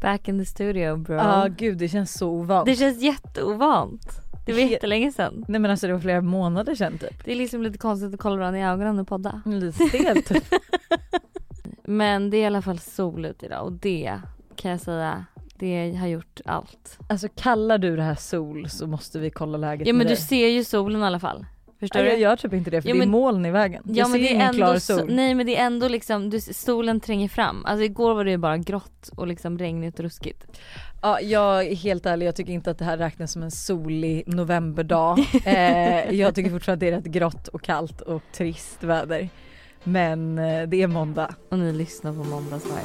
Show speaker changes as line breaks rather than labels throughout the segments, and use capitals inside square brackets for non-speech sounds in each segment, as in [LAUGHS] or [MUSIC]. Back in the studio bro.
Ja gud det känns så ovant.
Det känns jätteovant. Det var
He-
jättelänge sedan.
Nej men alltså det var flera månader sedan typ.
Det är liksom lite konstigt att kolla varandra i ögonen och podda.
Lite stelt.
Men det är i alla fall sol ut idag och det kan jag säga, det har gjort allt.
[LAUGHS] alltså kallar du det här sol så måste vi kolla läget
Ja men
med
du
dig.
ser ju solen i alla fall. Förstår
Nej,
du?
Jag gör typ inte det för
Ja,
det är
men-
moln i vägen.
Ja
jag
men
ser
det
ingen
är
klar
ändå sol.
sol.
nej men det är ändå liksom, du, solen tränger fram. Alltså igår var det ju bara grått och liksom regnigt och ruskigt.
Ja, jag är helt ärlig, jag tycker inte att det här räknas som en solig
[LAUGHS]
novemberdag. eh, jag tycker fortfarande att det är rätt grått och kallt och trist väder. Men eh, det är måndag.
Och ni lyssnar på Måndagsvarv.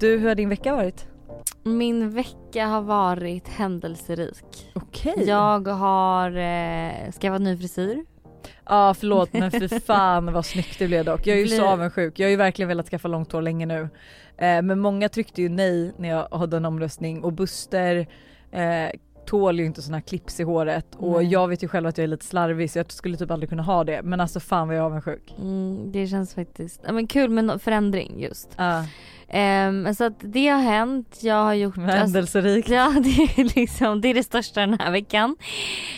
Du, hur har din vecka varit?
Min vecka har varit händelserik.
Okej. Ja.
Jag har eh, skaffat ny frisyr.
ja förlåt men fy fan vad snyggt det blev dock. Jag är ju
Blir-
så avundsjuk. Jag har ju verkligen velat skaffa långt hår länge nu. Eh, men många tryckte ju nej när jag hade en omröstning och Buster eh, tål ju inte såna här clips i håret och
Nej.
jag vet ju själv att jag är lite slarvig så jag skulle typ aldrig kunna ha det men alltså fan vad jag är avundsjuk.
Mm, det känns faktiskt, ja, men kul med no- förändring just.
Ja.
Ehm, så att det har hänt, jag har gjort alltså,
Händelserik.
[LAUGHS] Ja det är liksom, det är det största den här veckan.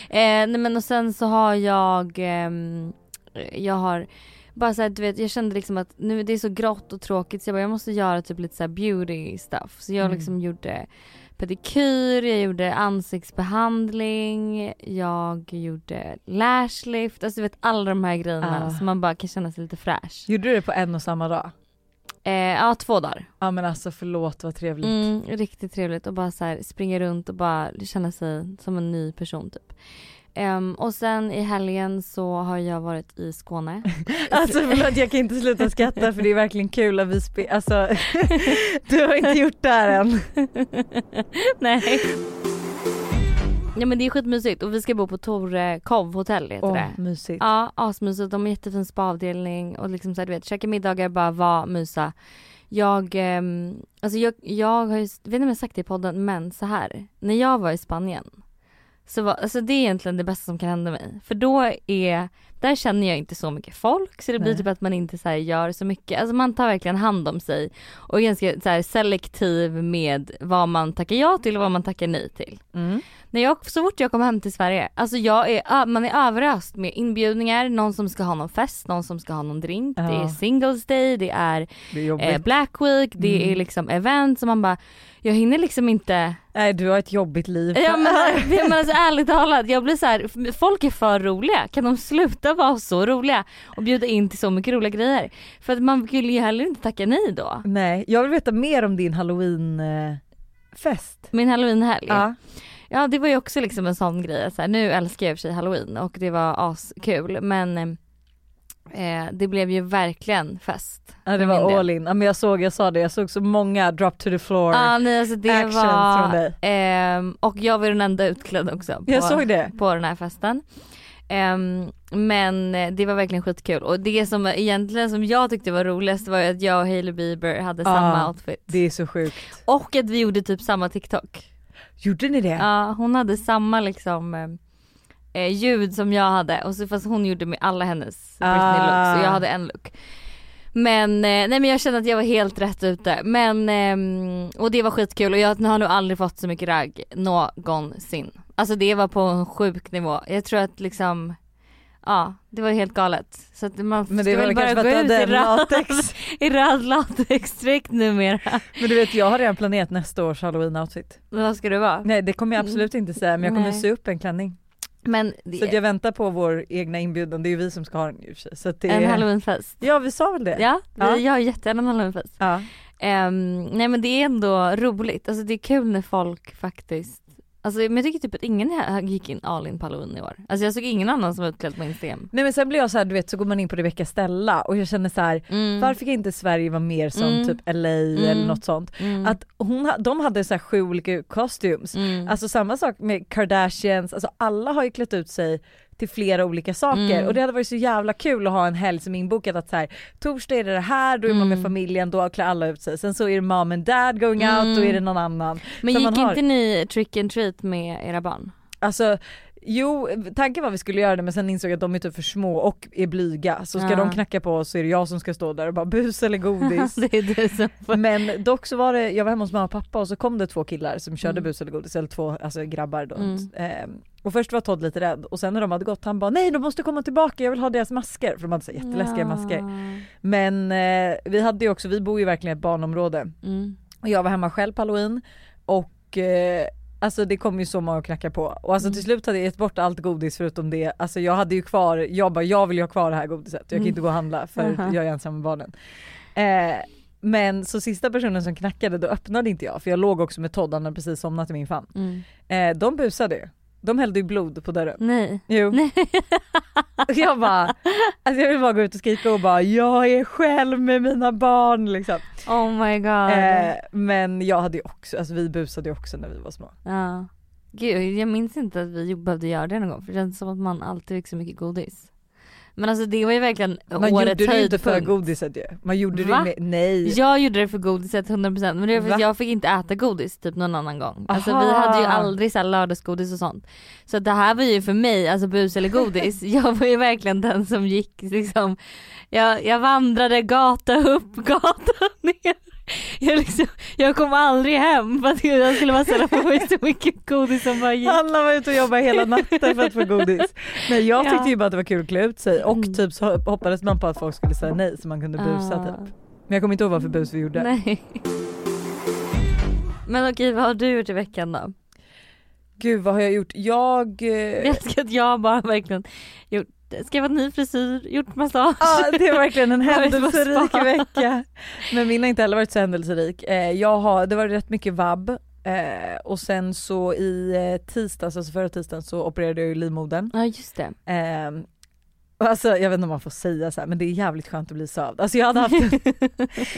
Eh, nej men och sen så har jag, ehm, jag har bara såhär du vet jag kände liksom att nu det är så grått och tråkigt så jag bara jag måste göra typ lite såhär beauty stuff. Så jag
Mm.
liksom gjorde pedikyr, jag gjorde ansiktsbehandling, jag gjorde lash lift, alltså du vet alla de här grejerna
Ah.
så man bara kan känna sig lite fräsch.
Gjorde du det på en och samma dag?
Eh, ja två dagar.
Ja men alltså förlåt vad trevligt.
Mm, riktigt trevligt och bara så här springa runt och bara känna sig som en ny person typ. Ehm, och sen i helgen så har jag varit i Skåne.
[LAUGHS] Alltså förlåt jag kan inte sluta skratta för det är verkligen kul att vi spe- alltså [LAUGHS] du har inte gjort det [LAUGHS] här än.
[LAUGHS] Nej. Ja men det är skitmysigt och vi ska bo på Torekov hotell heter det.
mysigt.
Ja asmysigt, de har jättefin spaavdelning och liksom så här, du vet käka middagar, bara vara, mysa. Jag, ehm, alltså jag, jag har ju, vet inte om jag har sagt det i podden men så här. när jag var i Spanien så var, alltså det är egentligen det bästa som kan hända mig. För då är, där känner jag inte så mycket folk så det blir
Nej.
typ att man inte så här gör så mycket, alltså man tar verkligen hand om sig och är ganska så här selektiv med vad man tackar ja till och vad man tackar nej till.
Mm.
När jag, så fort jag kom hem till Sverige, alltså jag är, ö- man är överöst med inbjudningar, någon som ska ha någon fest, någon som ska ha någon drink,
Ja.
det är singles day, det är
Det är jobbigt.
eh, black week, det
Mm.
är liksom event som man bara, jag hinner liksom inte.
Nej du har ett jobbigt liv.
Ja men, [LAUGHS] ja, men alltså, ärligt talat, jag blir så här, folk är för roliga, kan de sluta vara så roliga och bjuda in till så mycket roliga grejer? För att man vill ju heller inte tacka nej då.
[LAUGHS] Nej jag vill veta mer om din halloween eh, fest.
Min halloweenhelg.
Ja.
Ja det var ju också liksom en sån grej, så här, nu älskar jag i och för sig halloween och det var askul men eh, eh, det blev ju verkligen fest.
ja det
För min
var
del.
all in. Ja, men jag såg, jag sa det, jag såg så många drop to the floor
Ja nej alltså det
actions från
var,
dig.
ehm, och jag var ju den enda utklädd också på,
Jag såg det.
på den här festen. Ehm, men eh, det var verkligen skitkul och det som egentligen som jag tyckte var roligast var ju att jag och Hailey Bieber hade samma outfit.
Det är så sjukt.
Och att vi gjorde typ samma TikTok.
Gjorde ni det?
Ja hon hade samma liksom eh, eh, ljud som jag hade och så fast hon gjorde med alla hennes Britney
Ah.
looks och jag hade en look. Men eh, nej men jag kände att jag var helt rätt ute men ehm, och det var skitkul och jag har nog aldrig fått så mycket ragg någonsin. Alltså det var på en sjuk nivå. Jag tror att liksom Ja det var helt galet. Så att man
Men
ska
det var
väl
väl
bara
kanske för
gå
att
ut
du
i
hade
röd,
latex.
[LAUGHS] i röd latexdräkt numera.
Men du vet jag har redan planerat nästa års halloween outfit.
Men Vad ska det vara?
Nej det kommer jag absolut inte säga men jag kommer
Mm. Nej.
sy upp en klänning.
Men
Så att jag väntar på vår egna inbjudan, det är ju vi som ska ha den i och för sig. Så att det
en
är...
halloweenfest.
Ja vi sa väl det?
Ja, vi
Ja.
gör jättegärna en halloweenfest.
Ja.
Ehm, nej men det är ändå roligt, alltså det är kul när folk faktiskt Alltså men jag tycker typ att ingen här gick in all in på halloween i år. Alltså jag såg ingen annan som var utklädd på Instagram.
Nej men sen blir jag så här, du vet så går man in på Rebecca Stella och jag känner så här,
Mm.
varför kan inte Sverige vara mer som
Mm.
typ LA eller
Mm.
något sånt?
Mm.
Att hon, ha- de hade så här sju olika kostyms.
mm.
Alltså samma sak med Kardashians, alltså alla har ju klätt ut sig till flera olika saker
Mm.
och det hade varit så jävla kul att ha en helg som inbokad att så här, torsdag är det det här, då är man med
Mm.
familjen, då klär alla ut sig. Sen så är det mom and dad going out, då
Mm.
är det någon annan.
Men
som
gick
man har.
inte ni trick and treat med era barn?
Alltså Jo, tanken var vi skulle göra det men sen insåg jag att de är typ för små och är blyga så ska
Ja.
de knacka på oss så är det jag som ska stå där och bara
[LAUGHS]
bus eller
[LAUGHS]
godis.
det är du som får.
Men dock så var det, jag var hemma hos mamma och pappa och så kom det två killar som körde
Mm.
bus eller godis, eller två alltså grabbar då.
Mm.
Ehm, och först var Todd lite rädd och sen när de hade gått han bara nej de måste komma tillbaka jag vill ha deras masker för de hade så här jätteläskiga masker. Men eh, vi hade ju också, vi bor ju verkligen i ett barnområde
Mm.
och jag var hemma själv på halloween och eh, Alltså det kom ju så många att knacka på och alltså
Mm.
till slut hade jag gett bort allt godis förutom det, alltså jag hade ju kvar, jag bara jag vill ju ha kvar det här godiset, jag kan
Mm.
inte gå och handla för
Jaha.
jag är ensam med barnen. Eh, men så sista personen som knackade då öppnade inte jag för jag låg också med Todd, han hade precis somnat i min famn.
Mm.
Eh, de busade ju, de hällde ju blod på dörren.
Nej.
Jo.
Nej.
Och jag bara, alltså jag vill bara gå ut och skrika och bara jag är själv med mina barn liksom.
Oh my god.
Eh, men jag hade ju också, alltså vi busade ju också när vi var små.
Ja. Gud, jag minns inte att vi behövde göra det någon gång för det känns som att man alltid fick så mycket godis. Men alltså det var ju verkligen
Man gjorde
årets
det ju inte för
höjdpunkt.
godiset ju. Man gjorde
Va?
det med, nej.
Jag gjorde det för godiset 100% men det var för att
Va?
jag fick inte äta godis typ någon annan gång. Alltså
Aha.
vi hade ju aldrig så här lördagsgodis och sånt. Så det här var ju för mig, alltså bus eller
[LAUGHS]
godis, jag var ju verkligen den som gick liksom, jag, jag vandrade gata upp, [LAUGHS] gata ner. Jag, liksom, jag kom aldrig hem för att jag skulle bara ställa på mig så mycket godis som bara gick.
Alla var ute och jobbade hela natten för att få godis. Nej jag
Ja.
tyckte ju bara att det var kul att klä ut sig och
Mm.
typ så hoppades man på att folk skulle säga nej så man kunde busa
Ah.
typ. Men jag kommer inte ihåg varför bus vi gjorde.
Nej. Men okej vad har du gjort i veckan då?
Gud vad har jag gjort? Jag...
Jag
eh,
älskar att jag bara verkligen gjort, skaffat ny frisyr, gjort massage.
Ja det är verkligen
[LAUGHS]
en
Jag har varit på
händelserik
spa.
vecka. Men min har inte heller varit så händelserik. Eh, Jag har, det var rätt mycket vabb eh, och sen så i eh, tisdags, alltså förra tisdagen så opererade jag ju livmodern.
Ja just det.
Eh, och Alltså jag vet inte om man får säga så här, men det är jävligt skönt att bli sövd. Alltså jag hade haft en,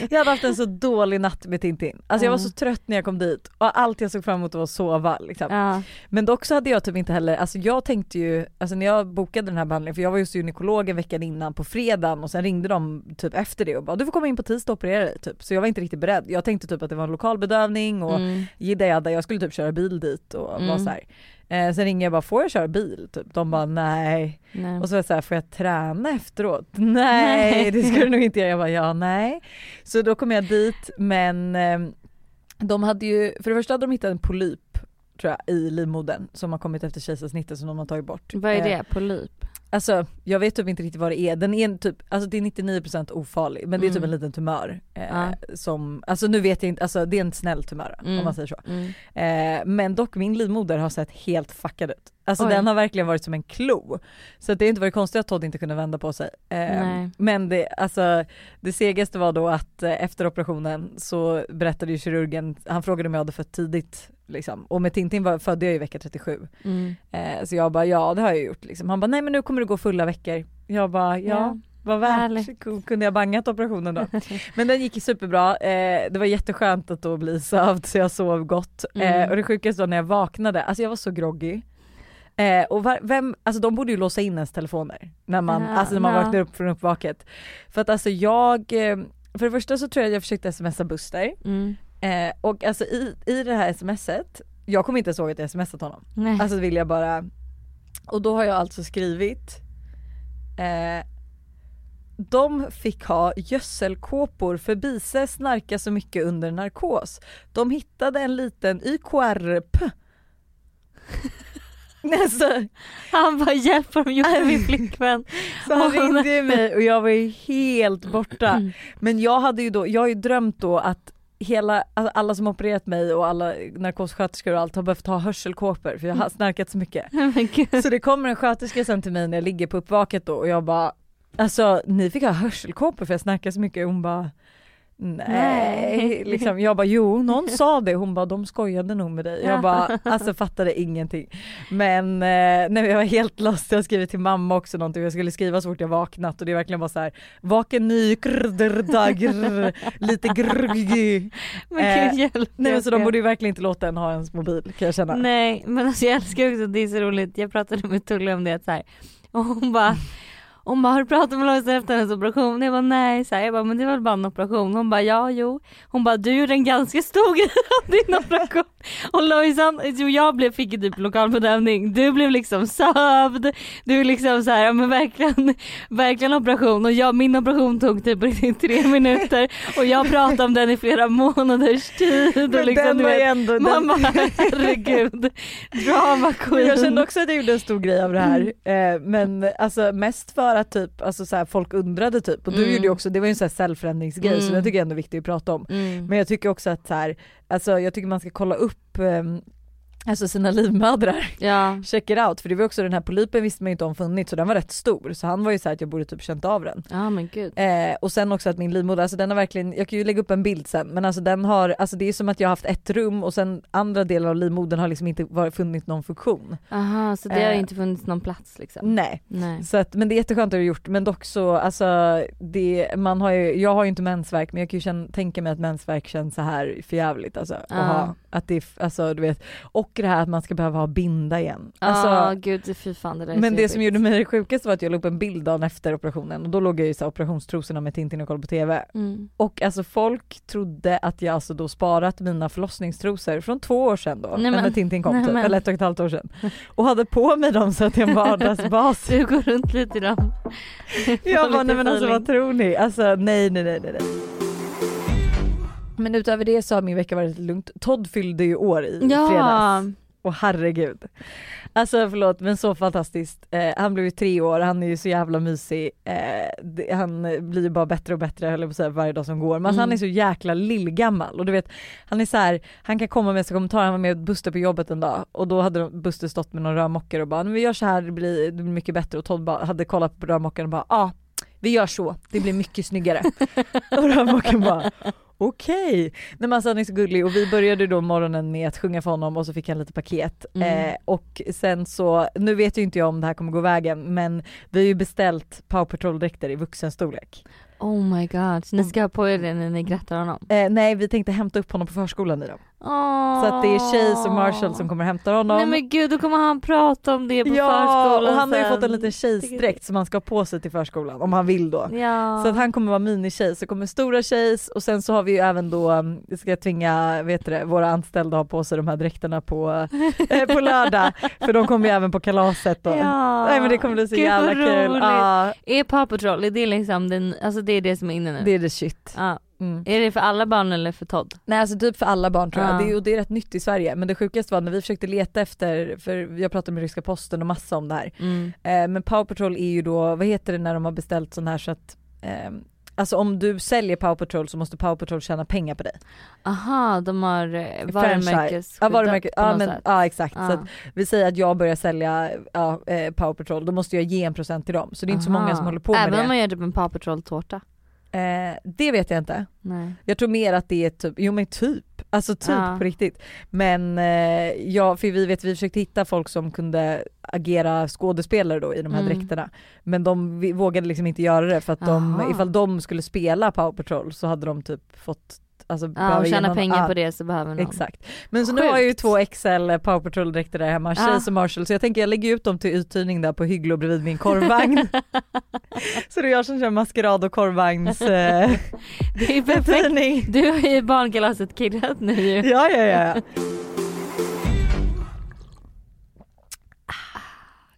jag hade haft en så dålig natt med Tintin. Alltså jag var
Ja.
så trött när jag kom dit och allt jag såg fram emot var att sova liksom.
Ja.
Men dock så hade jag typ inte heller, alltså jag tänkte ju, alltså när jag bokade den här behandlingen, för jag var just gynekologen veckan innan på fredagen och sen ringde de typ efter det och bara du får komma in på tisdag och operera dig typ. Så jag var inte riktigt beredd. Jag tänkte typ att det var en lokal bedövning och
Mm.
jidda jadda, jag skulle typ köra bil dit och
Mm.
var så här. Eh, sen ringde jag bara får jag köra bil? Typ. De bara nej.
Nej.
Och så var jag såhär, får jag
[LAUGHS]
träna efteråt? Nej det ska du nog inte göra. Jag bara ja nej. Så då kom jag dit men eh, de hade ju, för det första hade de hittat en polyp tror jag i livmodern som har kommit efter kejsarsnittet som de har tagit bort.
Vad är
Eh,
det? Polyp?
alltså jag vet typ inte riktigt vad det är. Den är en typ, alltså det är 99% ofarlig men det är typ
Mm.
en liten tumör. Eh,
Ja.
Som, alltså nu vet jag inte, alltså det är en snäll tumör
Mm.
om man säger så.
Mm.
Eh, men dock min livmoder har sett helt fuckad ut. Alltså
Oj.
den har verkligen varit som en klo. Så att det har inte varit konstigt att Todd inte kunde vända på sig. Eh,
Nej.
men det, alltså, det segaste var då att eh, efter operationen så berättade ju kirurgen, han frågade om jag hade fött tidigt. Liksom. Och med Tintin var, födde jag ju vecka 37.
Mm.
Eh, så jag bara ja det har jag gjort. Liksom. Han bara nej men nu kommer du gå fulla veckor. Jag bara ja. Vad värt,
Härligt.
kunde jag bangat operationen
[LAUGHS]
då. Men den gick ju superbra, eh, det var jätteskönt att då bli sövd så jag sov gott.
Mm.
Eh, och det sjukaste var när jag vaknade, alltså jag var så groggy. Eh, och var, vem, alltså de borde ju låsa in ens telefoner när man,
Ja,
alltså när man
ja.
vaknar upp från uppvaket. För att alltså jag, eh, för det första så tror jag att jag försökte smsa Buster
Mm.
eh, och alltså i, i det här smset, jag kommer inte ens ihåg att jag smsat honom.
Nej.
[LAUGHS] Alltså vill jag bara. Och då har jag alltså skrivit. Eh, de fick ha gödselkåpor för Bise snarka så mycket under narkos. De hittade en liten YKRP. [LAUGHS] alltså,
Han bara hjälp vad de gjorde
[LAUGHS]
med min flickvän. [LAUGHS]
så han ringde ju mig och jag var ju helt borta.
Mm.
Men jag hade ju då, jag har ju drömt då att hela, alltså alla som opererat mig och alla narkossköterskor och allt har behövt ha hörselkåpor för jag har snarkat så mycket.
Men gud.
Så det kommer en sköterska sen till mig när jag ligger på uppvaket då och jag bara Alltså ni fick ha hörselkåpor för jag snackar så mycket och hon bara Nej, liksom, jag bara jo någon sa det, hon bara de skojade nog med dig. Jag bara alltså fattade ingenting. Men eh, nej, jag var helt lost, jag har skrivit till mamma också någonting jag skulle skriva så fort jag vaknat och det är verkligen bara så här vaken ny, grr, drr, da, grr, lite grrgy.
Men gud hjälp.
Eh, Nej men
jag
så de
ska-
borde ju verkligen inte låta en ha ens mobil kan jag känna.
Nej men alltså jag älskar också, det är så roligt, jag pratade med Tulle om det att så här, och hon bara hon bara har du pratat med Lojsan efter hennes operation? Jag bara nej, så här, jag bara men det var väl bara en operation? Hon bara ja jo. Hon bara du gjorde en ganska stor [LAUGHS] grej av din operation. Och Lojsan, jo, jag blev, fick ju typ lokalbedövning, du blev liksom sövd, du är liksom så här, ja men verkligen, verkligen operation och jag, min operation tog typ riktigt tre minuter och jag pratade om den i flera månaders tid. Och
Men
liksom,
den
du
var
vet,
ju ändå, den,
Mamma herregud. Drama
[LAUGHS] Men
queen.
jag kände också att jag gjorde en stor grej av det här.
Mm.
Eh, men alltså mest för att typ, alltså så här, folk undrade typ och du
Mm.
gjorde ju också, det var ju en sån här cellförändringsgrej så
Mm.
det tycker jag ändå är viktigt att prata om.
Mm.
Men jag tycker också att så här, alltså jag tycker man ska kolla upp ehm, Alltså sina livmödrar, [LAUGHS]
Ja.
check it out. För det var också den här polypen visste man ju inte om funnits så den var rätt stor. Så han var ju så här att jag borde typ känt av den.
Ja men gud.
Eh, och sen också att min livmoder, alltså den har verkligen, jag kan ju lägga upp en bild sen men alltså den har, alltså det är som att jag har haft ett rum och sen andra delar av livmodern har liksom inte varit, funnit någon funktion.
Aha, så det har
Eh.
inte funnits någon plats liksom?
Nej.
Nej.
Så att, men det är jätteskönt att du har gjort men dock så, alltså, det, man har ju, jag har ju inte mensvärk men jag kan ju känna, tänka mig att mensvärk känns så här förjävligt alltså. att
Ja.
ha, att det, är f- alltså du vet, och det här att man ska behöva ha binda igen.
Ja
Alltså,
Ah, gud fy fan det där är
men
så
det som
jobbigt.
gjorde mig sjukast var att jag la upp en bild dagen efter operationen och då låg jag i så här operationstrosorna med Tintin och kollade på TV.
Mm. [LAUGHS]
Och alltså folk trodde att jag alltså då sparat mina förlossningstrosor från två år sedan då,
Nej, men-
när Tintin kom
nej,
typ,
men.
eller ett och ett halvt år sedan. Och hade på mig dem så
[LAUGHS]
att jag vardagsbas
Du går runt lite i dem.
[LAUGHS] Jag
Får lite
bara nej men alltså
feeling.
vad tror ni? Alltså nej nej nej nej. nej. Men utöver det så har min vecka varit lite lugnt. Todd fyllde ju år i
Ja.
fredags.
[LAUGHS]
Och herregud. Alltså förlåt men så fantastiskt. Eh, han blev ju tre år, han är ju så jävla mysig. Eh, det, han blir ju bara bättre och bättre höll jag på att säga varje dag som går. Men alltså,
Mm.
han är så jäkla lillgammal och du vet han är så här, han kan komma med sina kommentarer, han var med Buster på jobbet en dag och då hade de- Buster stått med någon rörmokare och bara "Men vi gör så här, det blir, det blir mycket bättre och Todd bara, hade kollat på rörmokaren och bara ja ah, vi gör så, det blir mycket snyggare. och rörmokaren bara okej. Nej men alltså han är så gullig och vi började då morgonen med att sjunga för honom och så fick han lite paket.
Mm.
Eh, och sen så, nu vet ju inte jag om det här kommer gå vägen men vi har ju beställt Power Patrol-dräkter i vuxenstorlek.
Oh my god,
mm.
ni ska ha på er det när ni grattar honom.
Eh, nej vi tänkte hämta upp honom på förskolan i dem.
Oh.
Så att det är Chase och Marshall som kommer hämta honom.
Nej men gud då kommer han prata om det på
ja,
förskolan
och han har ju
sen.
fått en liten Chase-dräkt som han ska ha på sig till förskolan om han vill då.
Ja.
Så att han kommer vara mini-Chase, så kommer stora Chase och sen så har vi ju även då, um, vi ska tvinga vet du det, våra anställda ha på sig de här dräkterna på, eh,
[LAUGHS]
på lördag för de kommer ju även på kalaset då.
Ja.
Nej men det kommer bli så
Gud, vad
jävla kul.
roligt.
Ja,
Är Paw Patrol, är det liksom den, alltså det är det som är inne nu?
det är the shit.
Ja.
Mm.
Är det för alla barn eller för Todd?
Nej alltså typ för alla barn tror jag,
Ja.
det, är, och det är rätt nytt i Sverige men det sjukaste var när vi försökte leta efter, för jag pratade med ryska posten och massa om det här,
Mm.
Eh, men Power Patrol är ju då, vad heter det när de har beställt sån här så att ehm, Alltså om du säljer Power Patrol så måste Power Patrol tjäna pengar på dig.
Aha, de har eh,
Franchise. Ja,
varumärkesskyddat
varumärke,
på
ja,
något
men,
sätt.
ja exakt.
Ja.
Så att vi säger att jag börjar sälja ja, eh, Power Patrol, då måste jag ge en procent till dem. Så det är inte så
Aha.
många som håller på med
Även
det.
om man gör typ en Paw Patrol-tårta?
Eh, det vet jag inte.
Nej.
Jag tror mer att det är typ, jo men typ, alltså typ
Ja.
på riktigt. Men eh, ja, för vi vet, vi försökte hitta folk som kunde agera skådespelare då i de här
Mm.
dräkterna. Men de vi- vågade liksom inte göra det för att de,
Aha.
ifall de skulle spela Power Patrol så hade de typ fått, alltså
Ja, och tjäna pengar på
det.
det så behöver någon.
Exakt. Men så nu har jag ju
Sjukt.
två XL Power Patrol dräkter där hemma,
Ja.
Chase och Marshall, så jag tänker jag lägger ut dem till uthyrning där på Hygglo bredvid
[LAUGHS]
min korvvagn. [LAUGHS] så det är jag som kör maskerad och korvvagns eh,
Det är perfekt.
uthyrning.
Du har ju barnkalaset kirrat nu ju.
Ja, ja, ja.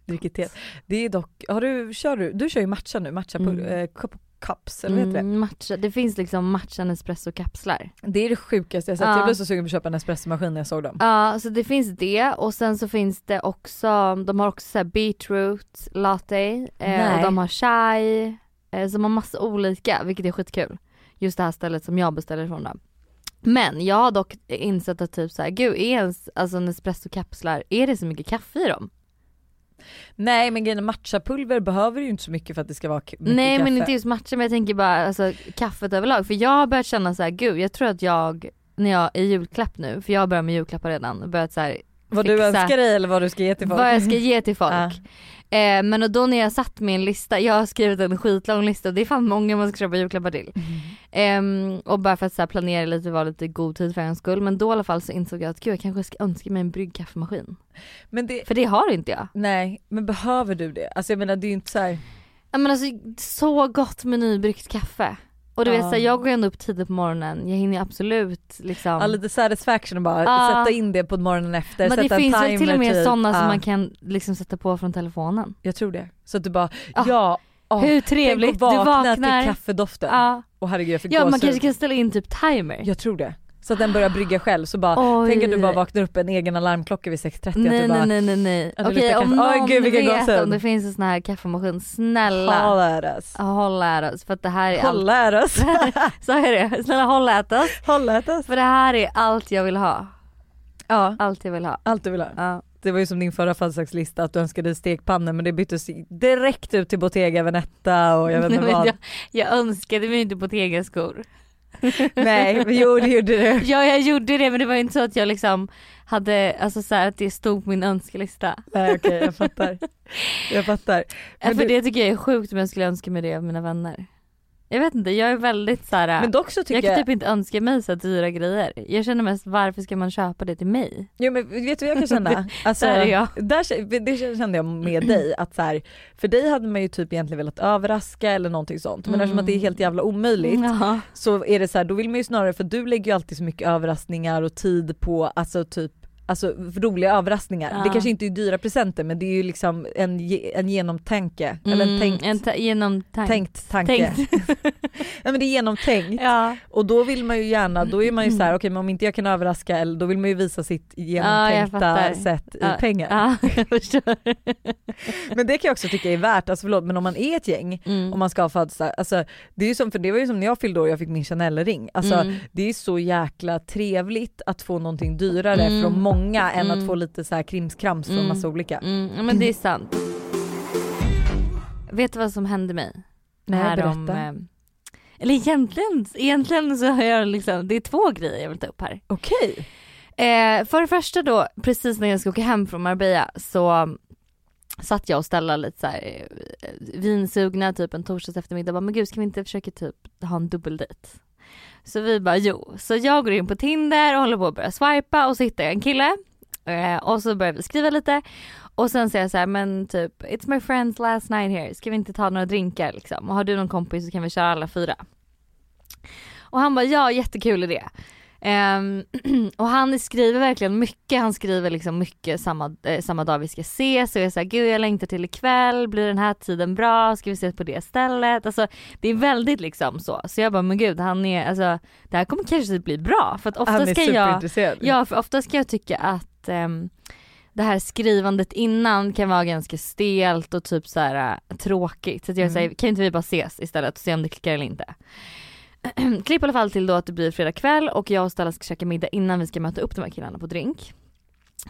Dricker Ah, te. Det är dock, har du, kör du, du kör ju matcha nu, matcha på
Mm.
eh, cup, cups eller vad heter det?
Mm, matcha. Det finns liksom matcha Nespresso-kapslar.
Det är det sjukaste jag sett,
Ja.
jag blev så sugen på att köpa en espressomaskin när jag såg dem.
Ja, så det finns det och sen så finns det också, de har också så här beetroot latte eh,
Nej.
och de har chai. Eh, så de har massa olika vilket är skitkul. Just det här stället som jag beställer från dem. Men jag har dock insett att typ så här, gud är ens alltså Nespresso kapslar, är det så mycket kaffe i dem?
Nej men grejen är, matchapulver behöver ju inte så mycket för att det ska vara k- mycket
Nej
kaffe.
men inte just matchen men jag tänker bara alltså, kaffet överlag. För jag har börjat känna så här, gud jag tror att jag, när jag är julklapp nu, för jag börjar med julklappar redan, börjat så här,
Vad du
fixa-
önskar dig eller vad du ska ge till folk.
vad jag ska ge
[LAUGHS]
till folk.
Ja.
Eh, men och då när jag satt min lista, jag har skrivit en skitlång lista och det är fan många man ska köpa julklappar till.
Mm.
Ehm, och bara för att så här, planera lite, vara lite i god tid för en skull. Men då i alla fall så insåg jag att gud jag kanske ska önska mig en bryggkaffemaskin.
Men det,
För det har inte jag.
nej men behöver du det? Alltså jag menar det är ju inte så här.
Ja, men alltså, så gott med nybryggt kaffe. Och du vet
Ja.
såhär, jag går ändå upp tidigt på morgonen, jag hinner ju absolut liksom.
Ja, lite satisfaction och bara
Ja.
sätta in det på morgonen efter.
men
sätta
det
en
finns
timer
väl till och med
typ.
sådana
Ja,
som man kan liksom sätta på från telefonen.
Jag tror det. Så att du bara,
Ja.
ja, åh,
Hur
tänk
Ah, trevligt,
att
du
vakna till
vaknar.
kaffedoften.
Ja,
Och herregud jag fick
ja man
gåshud.
kanske kan ställa in typ timer.
Jag tror det. Så att den börjar brygga själv så bara,
Oj.
tänk att du bara vaknar upp en egen alarmklocka vid 6.30 typ, att du
Nej
bara
nej nej nej nej.
att det
Okej
luktar
om
kaffe. Åh,
någon
gud, vilken
vet
gåshud.
om det finns en sån här kaffemaskin, snälla
Håll at us.
håll at oss för att det här är allt.
Håll
[LAUGHS]
at us.
Sa jag det? Snälla håll at oss
Håll at us.
för det här är allt jag vill ha.
Ja,
Allt jag vill ha.
allt du vill ha.
Ja.
Det var ju som din förra födelsedagslista att du önskade dig stekpannor men det byttes direkt ut till Bottega Veneta och jag vet inte
Nej, men
vad.
jag, jag önskade mig inte Bottega-skor.
Nej, men jo det gjorde
[LAUGHS]
du.
Ja jag gjorde det men det var ju inte så att jag liksom hade, alltså så här, att det stod på min önskelista.
Nej okej jag fattar. Jag fattar. Men
För
du-
det tycker jag är sjukt om jag skulle önska mig det av mina vänner. Jag vet inte, jag är väldigt så här.
Men dock så
jag
tycker
kan
jag,
typ inte önska mig så här dyra grejer. Jag känner mest varför ska man köpa det till mig?
jo, men vet du vad jag
[LAUGHS]
kan känna? Alltså,
Där är jag.
där, det kände jag med dig att så här, för dig hade man ju typ egentligen velat överraska eller någonting sånt men
Mm.
eftersom att det är helt jävla omöjligt
Ja.
så är det så här, då vill man ju snarare, för du lägger ju alltid så mycket överraskningar och tid på alltså typ Alltså roliga överraskningar.
Ja.
Det kanske inte är dyra presenter men det är ju liksom en, ge- en genomtanke. eller en
Mm,
tänkt,
en ta- genomtank-
tänkt tanke. [LAUGHS]
Tänkt.
Nej men det är genomtänkt.
ja.
Och då vill man ju gärna, då är man ju så här,
[LAUGHS]
okej men om inte jag kan överraska eller då vill man ju visa sitt genomtänkta
fattar.
sätt i
Ja,
pengar.
ja, [LAUGHS] jag förstår.
Men det kan jag också tycka är värt, alltså förlåt men om man är ett gäng om
Mm.
man ska ha födelsedag, alltså det är ju som, för det var ju som när jag fyllde år och jag fick min Chanel-ring. Alltså
Mm.
det är så jäkla trevligt att få någonting dyrare
Mm.
från många än att
Mm.
få lite så här krimskrams från
Mm.
massa olika.
Mm, ja, men
[CLEARS THROAT]
det är sant. Vet du vad som hände mig?
Nej
här
berätta.
om, eh, eller egentligen, egentligen så har jag liksom, det är två grejer jag vill ta upp här.
Okej.
Eh, för det första då, precis när jag ska åka hem från Marbella så satt jag och ställde lite så här, eh, vinsugna typ en torsdags eftermiddag bara, men gud ska vi inte försöka typ ha en dubbeldejt? Så vi bara jo, så jag går in på Tinder och håller på att börja swipa och så hittar jag en kille eh, och så börjar vi skriva lite och sen säger jag så här, men typ it's my friends last night here, ska vi inte ta några drinkar liksom? Och har du någon kompis så kan vi köra alla fyra. Och han bara ja jättekul idé. Ehm, [CLEARS THROAT] och han skriver verkligen mycket, han skriver liksom mycket samma, eh, samma dag vi ska ses och jag är såhär, gud jag längtar till ikväll, blir den här tiden bra, ska vi ses på det stället? Alltså det är väldigt liksom så. Så jag bara, men gud han är, alltså det här kommer kanske bli bra för att
Han är
ofta ska jag
superintresserad.
Ja, för ofta ska jag tycka att ehm, det här skrivandet innan kan vara ganska stelt och typ så här eh, tråkigt. Så att jag
Mm.
säger, kan inte vi bara ses istället och se om det klickar eller inte. [CLEARS THROAT] Klipp i alla fall till då att det blir fredag kväll och jag och Stella ska käka middag innan vi ska möta upp de här killarna på drink.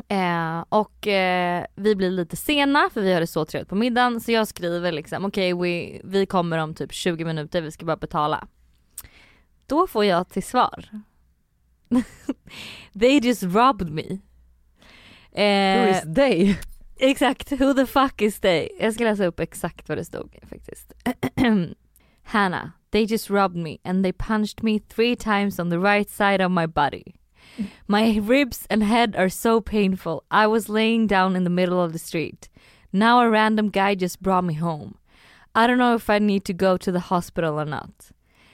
Eh, och eh, vi blir lite sena för vi har det så trevligt på middagen så jag skriver liksom okej we- vi kommer om typ 20 minuter, vi ska bara betala. Då får jag till svar. [LAUGHS] They just robbed me.
Who
Eh, [LAUGHS]
is they?
Exakt, who the fuck is they? Jag ska läsa upp exakt vad det stod faktiskt. [CLEARS THROAT] Hannah, they just robbed me and they punched me three times on the right side of my body. My ribs and head are so painful. I was laying down in the middle of the street. Now a random guy just brought me home. I don't know if I need to go to the hospital or not.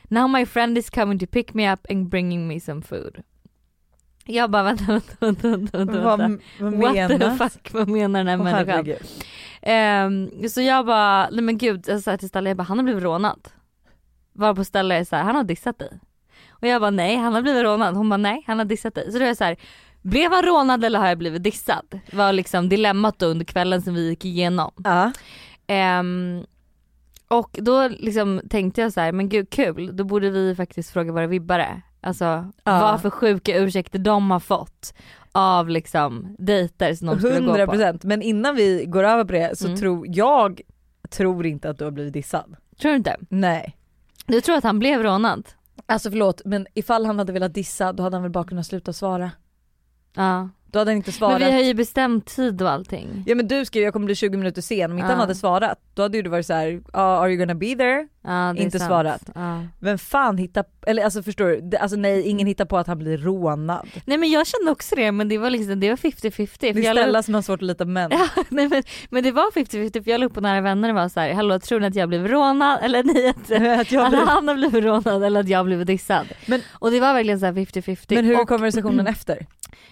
Now my friend is coming to pick me up and bringing me some food. Jag bara [LAUGHS] vänta, vänta, vänta, vänta, vänta. vänta.
Vad, vad
What the
menas?
fuck, vad menar den här
Åh,
människan?
herregud.
Ehm, så jag bara, nej men gud, jag sa till Stella, jag bara, han har blivit rånad. Var på Stella är så här, han har dissat dig. Och jag bara, nej han har blivit rånad. Hon bara, nej han har dissat dig. Så då är jag så här, blev han rånad eller har jag blivit dissad? Var liksom dilemmat då under kvällen som vi gick igenom.
Ja.
Ehm, och då liksom tänkte jag så här, men gud kul, då borde vi faktiskt fråga våra vibbare. Alltså
Ja.
vad för sjuka ursäkter de har fått av liksom dejter som de skulle gå på.
100% men innan vi går över på det så
Mm.
tror jag tror inte att du har blivit dissad.
Tror du inte?
Nej.
Du tror att han blev rånad?
Alltså förlåt men ifall han hade velat dissa då hade han väl bara kunnat sluta svara.
Ja.
Då hade han inte
Men
svarat.
vi har ju bestämt tid och allting.
Ja men du skrev jag kommer bli 20 minuter sen, om inte
Ja.
han hade svarat då hade ju du varit så här: "Ah, are you gonna be there?
Ja, det är
Inte
sant.
svarat.
Ja.
Vem fan hittar, eller alltså förstår du, Det- alltså nej ingen hittar på att han blir rånad.
Nej men jag kände också det men det var liksom, det var 50-50.
Det
För
är
jag la upp-
Stella som har svårt att lita på män.
Ja, [LAUGHS] nej, men, men det var 50-50 för jag la upp på nära vänner och var så här, hallå tror ni att jag blev rånad [LAUGHS] eller ni att,
Att [LAUGHS] jag
att
blir,
han har blivit rånad eller att jag blev dissad.
Men-
och det var verkligen så här 50-50.
men hur är
och, Mm.
konversationen efter?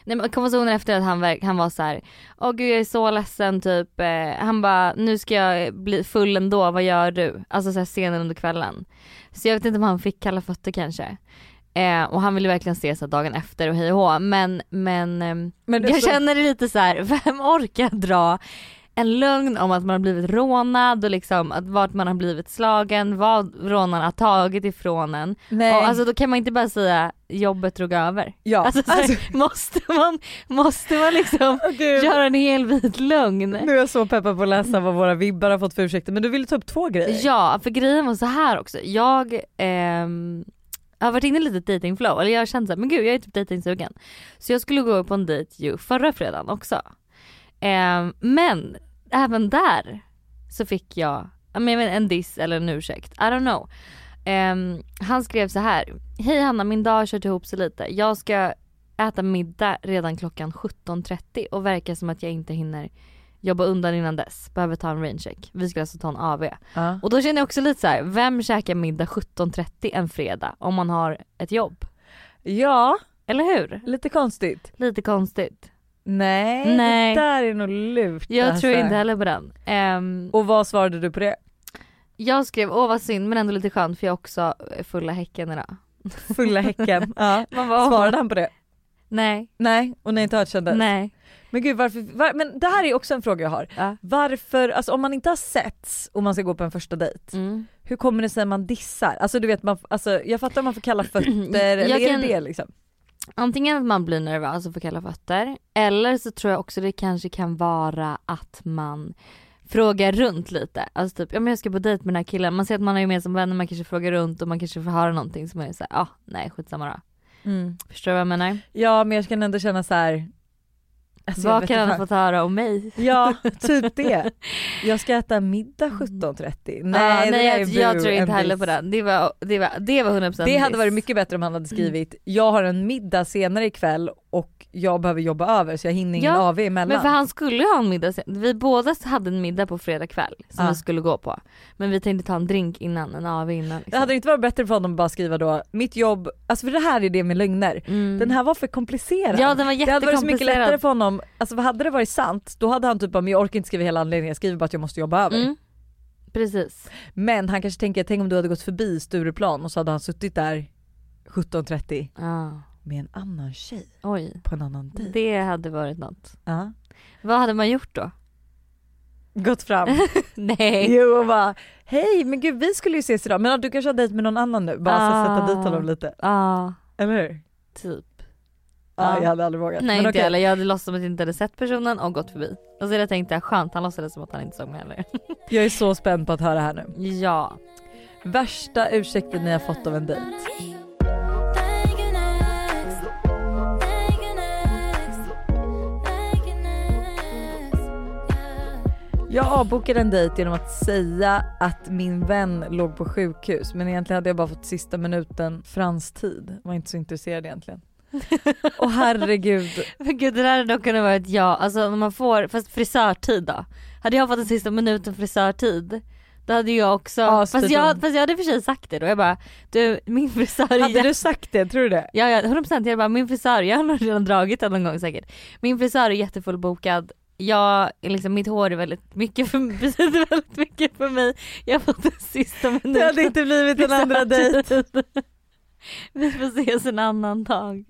nej, men konversationen efter att han, verk- han var så här, åh gud jag är så ledsen typ, eh, han bara nu ska jag bli full ändå, vad gör du? Alltså så här senare under kvällen. Så jag vet inte om han fick kalla fötter kanske. Eh, och han ville verkligen ses dagen efter och hej och hå. men, men ehm,
Men
jag
så-
känner det lite så här, [LAUGHS] vem orkar dra en lögn om att man har blivit rånad och liksom att vart man har blivit slagen, vad rånarna har tagit ifrån en.
nej.
Och alltså då kan man inte bara säga jobbet drog över.
ja.
Alltså, så här, [LAUGHS]
[LAUGHS] Alltså,
måste, man, måste man
[LAUGHS]
liksom
åh, gud.
göra en hel vit lögn?
Nu är jag så peppad på att läsa vad våra vibbar har fått för ursäkter men du ville ta upp två grejer.
Ja, för grejen var så här också. Jag ehm, har varit inne i lite datingflow, eller jag har känt såhär, men gud jag är typ datingsugen. Så jag skulle gå på en dejt ju förra fredagen också. Ehm, men även där så fick jag ja, men jag vet, en diss eller en ursäkt, I don't know. Ehm, han skrev så här. Hej Hanna, min dag har kört ihop sig lite. Jag ska äta middag redan klockan 17.30 och verkar som att jag inte hinner jobba undan innan dess. Behöver ta en raincheck. Vi skulle alltså ta en AV.
Ja.
Och då känner jag också lite så här, vem käkar middag 17.30 en fredag om man har ett jobb?
ja,
Eller hur?
lite konstigt.
Lite konstigt.
Nej,
Nej.
det där är nog lurt
Jag
alltså.
tror inte heller på den. Ehm,
Och vad svarade du på det?
jag skrev, åh vad synd men ändå lite skönt för jag är också eh, fulla häcken idag.
Fulla häcken. [LAUGHS] ja.
Man bara, åh.
Svarade han på det?
Nej,
Nej, och ni har inte hört sedan dess?
nej.
Men gud varför, var, men det här är också en fråga jag har.
Ja.
Varför, alltså om man inte har setts och man ska gå på en första dejt,
Mm.
hur kommer det sig man dissar? Alltså du vet, man, alltså, jag fattar om man får kalla fötter,
Jag
eller är
kan-
det det liksom?
Antingen att man blir nervös och får kalla fötter eller så tror jag också det kanske kan vara att man frågar runt lite. Alltså typ, ja men jag ska på dejt med den här killen. Man ser att man har gemensamma vänner, man kanske frågar runt och man kanske får höra någonting som är såhär, ja ah, nej skitsamma då. Förstår du vad jag menar?
Ja men jag kan ändå känna så här. alltså, jag
Vad
vet
kan han
inte
ha fått höra om mig?
fan. Ja, typ det. Jag ska äta middag 17.30.
Ah,
Nej, det
nej
där
jag,
är
jag
boo,
tror inte
en
heller
diss.
på den. Det var, det var, det var 100%
Det hade
diss.
varit mycket bättre om han hade skrivit jag har en middag senare ikväll och jag behöver jobba över så jag hinner ingen
Ja,
AW emellan.
Men för han skulle ha en middag sen. Vi båda hade en middag på fredag kväll som
Ah.
vi skulle gå på. Men vi tänkte ta en drink innan, en AW innan.
Det
Liksom.
hade det inte varit bättre för honom att bara skriva då mitt jobb, alltså för det här är det med lögner.
Mm.
Den här var för komplicerad.
Ja den var
det hade varit så mycket lättare
jättekomplicerad.
för honom, alltså vad hade det varit sant då hade han typ bara men jag orkar inte skriva hela anledningen, jag skriver bara att jag måste jobba över.
Mm. Precis.
Men han kanske tänker, tänk om du hade gått förbi Stureplan och så hade han suttit där 17.30
Ja.
med en annan tjej
Oj.
på en annan dejt.
Det hade varit något.
Ja.
Vad hade man gjort då?
Gått fram.
Nej.
jo och bara, hej men gud vi skulle ju ses idag men ja, du kanske har dejt med någon annan nu, bara så
Ah.
sätta dit honom lite.
Ja,
Eller hur?
typ.
Ja,
Ja.
jag hade aldrig vågat.
Nej
men
inte
okej.
jag heller. Jag hade låtsats som att jag inte hade sett personen och gått förbi. Och så hade jag tänkt, skönt han låtsades som att han inte såg mig heller.
jag är så spänd på att höra här nu.
Ja.
Värsta ursäkten ni har fått av en dejt? Jag avbokade en dejt genom att säga att min vän låg på sjukhus men egentligen hade jag bara fått sista minuten franstid. Var inte så
[LAUGHS]
intresserad egentligen. Och herregud.
Men gud det där hade dock kunnat vara ett ja. Alltså när man får, fast frisörtid då. Hade jag fått en sista minuten frisörtid då hade jag också,
Ja,
fast,
styrt
jag,
om.
fast jag hade i och för sig sagt det då. Jag bara, du min frisör är
Hade du sagt det? Tror du det?
Ja, ja 100% jag bara min frisör, jag har nog redan dragit den någon gång säkert. Min frisör är jättefullbokad. Jag, är liksom, mitt hår är väldigt mycket för, [LAUGHS] betyder väldigt mycket för mig. Jag har fått den sista minuten.
Det hade inte blivit en andra dejt.
[LAUGHS] Vi får ses en annan dag.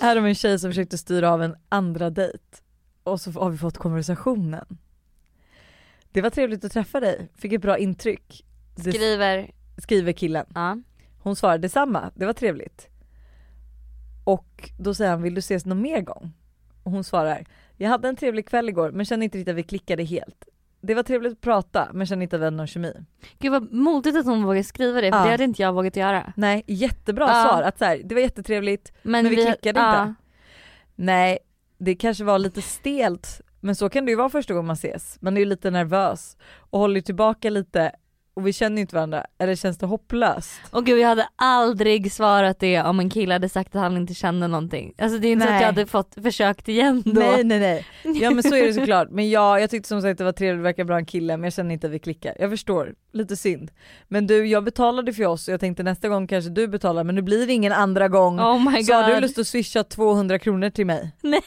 Här har vi en tjej som försökte styra av en andra dejt. Och så har vi fått konversationen. Det var trevligt att träffa dig, fick ett bra intryck. Det
Skriver,
skriver killen.
ja.
Hon svarade detsamma, det var trevligt. Och då säger han, vill du ses någon mer gång? Och hon svarar, jag hade en trevlig kväll igår men känner inte riktigt att vi klickade helt. Det var trevligt att prata men känner inte att vi hade någon kemi.
Gud vad modigt att hon vågar skriva det för
Ja.
det hade inte jag vågat göra.
Nej jättebra
Ja.
svar, att så här, det var jättetrevligt men vi klickade
ja.
inte. Nej det kanske var lite stelt men så kan det ju vara första gången man ses. Man är ju lite nervös och håller tillbaka lite och vi känner ju inte varandra, eller känns det hopplöst?
Och gud jag hade aldrig svarat det om en kille hade sagt att han inte kände någonting. Alltså det är inte så att
Nej.
jag hade fått försökt igen då.
Nej nej nej. [LAUGHS] Ja men så är det såklart. Men ja, jag tyckte som sagt det var trevligt, det verkar bra en kille men jag känner inte att vi klickar. Jag förstår, lite synd. Men du jag betalade för oss och jag tänkte nästa gång kanske du betalar men nu blir det ingen andra gång.
Oh my god.
så har du lust att swisha 200 kronor till mig?
[LAUGHS] Nej.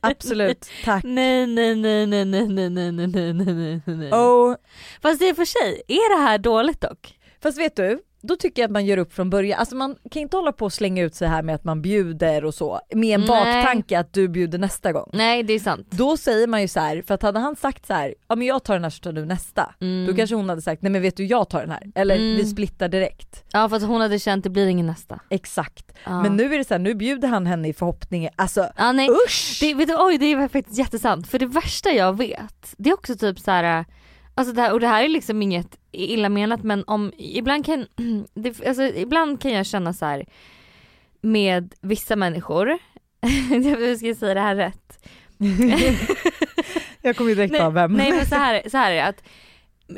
Absolut, tack.
Nej nej nej nej nej nej nej nej nej nej nej nej nej.
Oh,
Fast i och för sig, är det här dåligt dock?
fast vet du, då tycker jag att man gör upp från början. Alltså man kan inte hålla på och slänga ut sig här med att man bjuder och så med en
Nej.
baktanke att du bjuder nästa gång.
Nej det är sant.
Då säger man ju så här, för att hade han sagt så här, ja men jag tar den här så tar du nästa.
Mm.
Då kanske hon hade sagt, nej men vet du jag tar den här. Eller
Mm.
vi splittar direkt.
Ja för att hon hade känt det blir ingen nästa.
Exakt.
Ja.
Men nu är det så här, nu bjuder han henne i förhoppning, alltså
Ja nej
usch!
Det, [LAUGHS] vet du, oj det är faktiskt jättesant. För det värsta jag vet, det är också typ så här. Alltså det här, och det här är liksom inget illa menat men om, ibland kan, [CLEARS THROAT] det, alltså, ibland kan jag känna så här med vissa människor, [LAUGHS] jag ska säga det här rätt.
[LAUGHS] jag kommer ju direkt av vem.
Nej men så här, så här är det att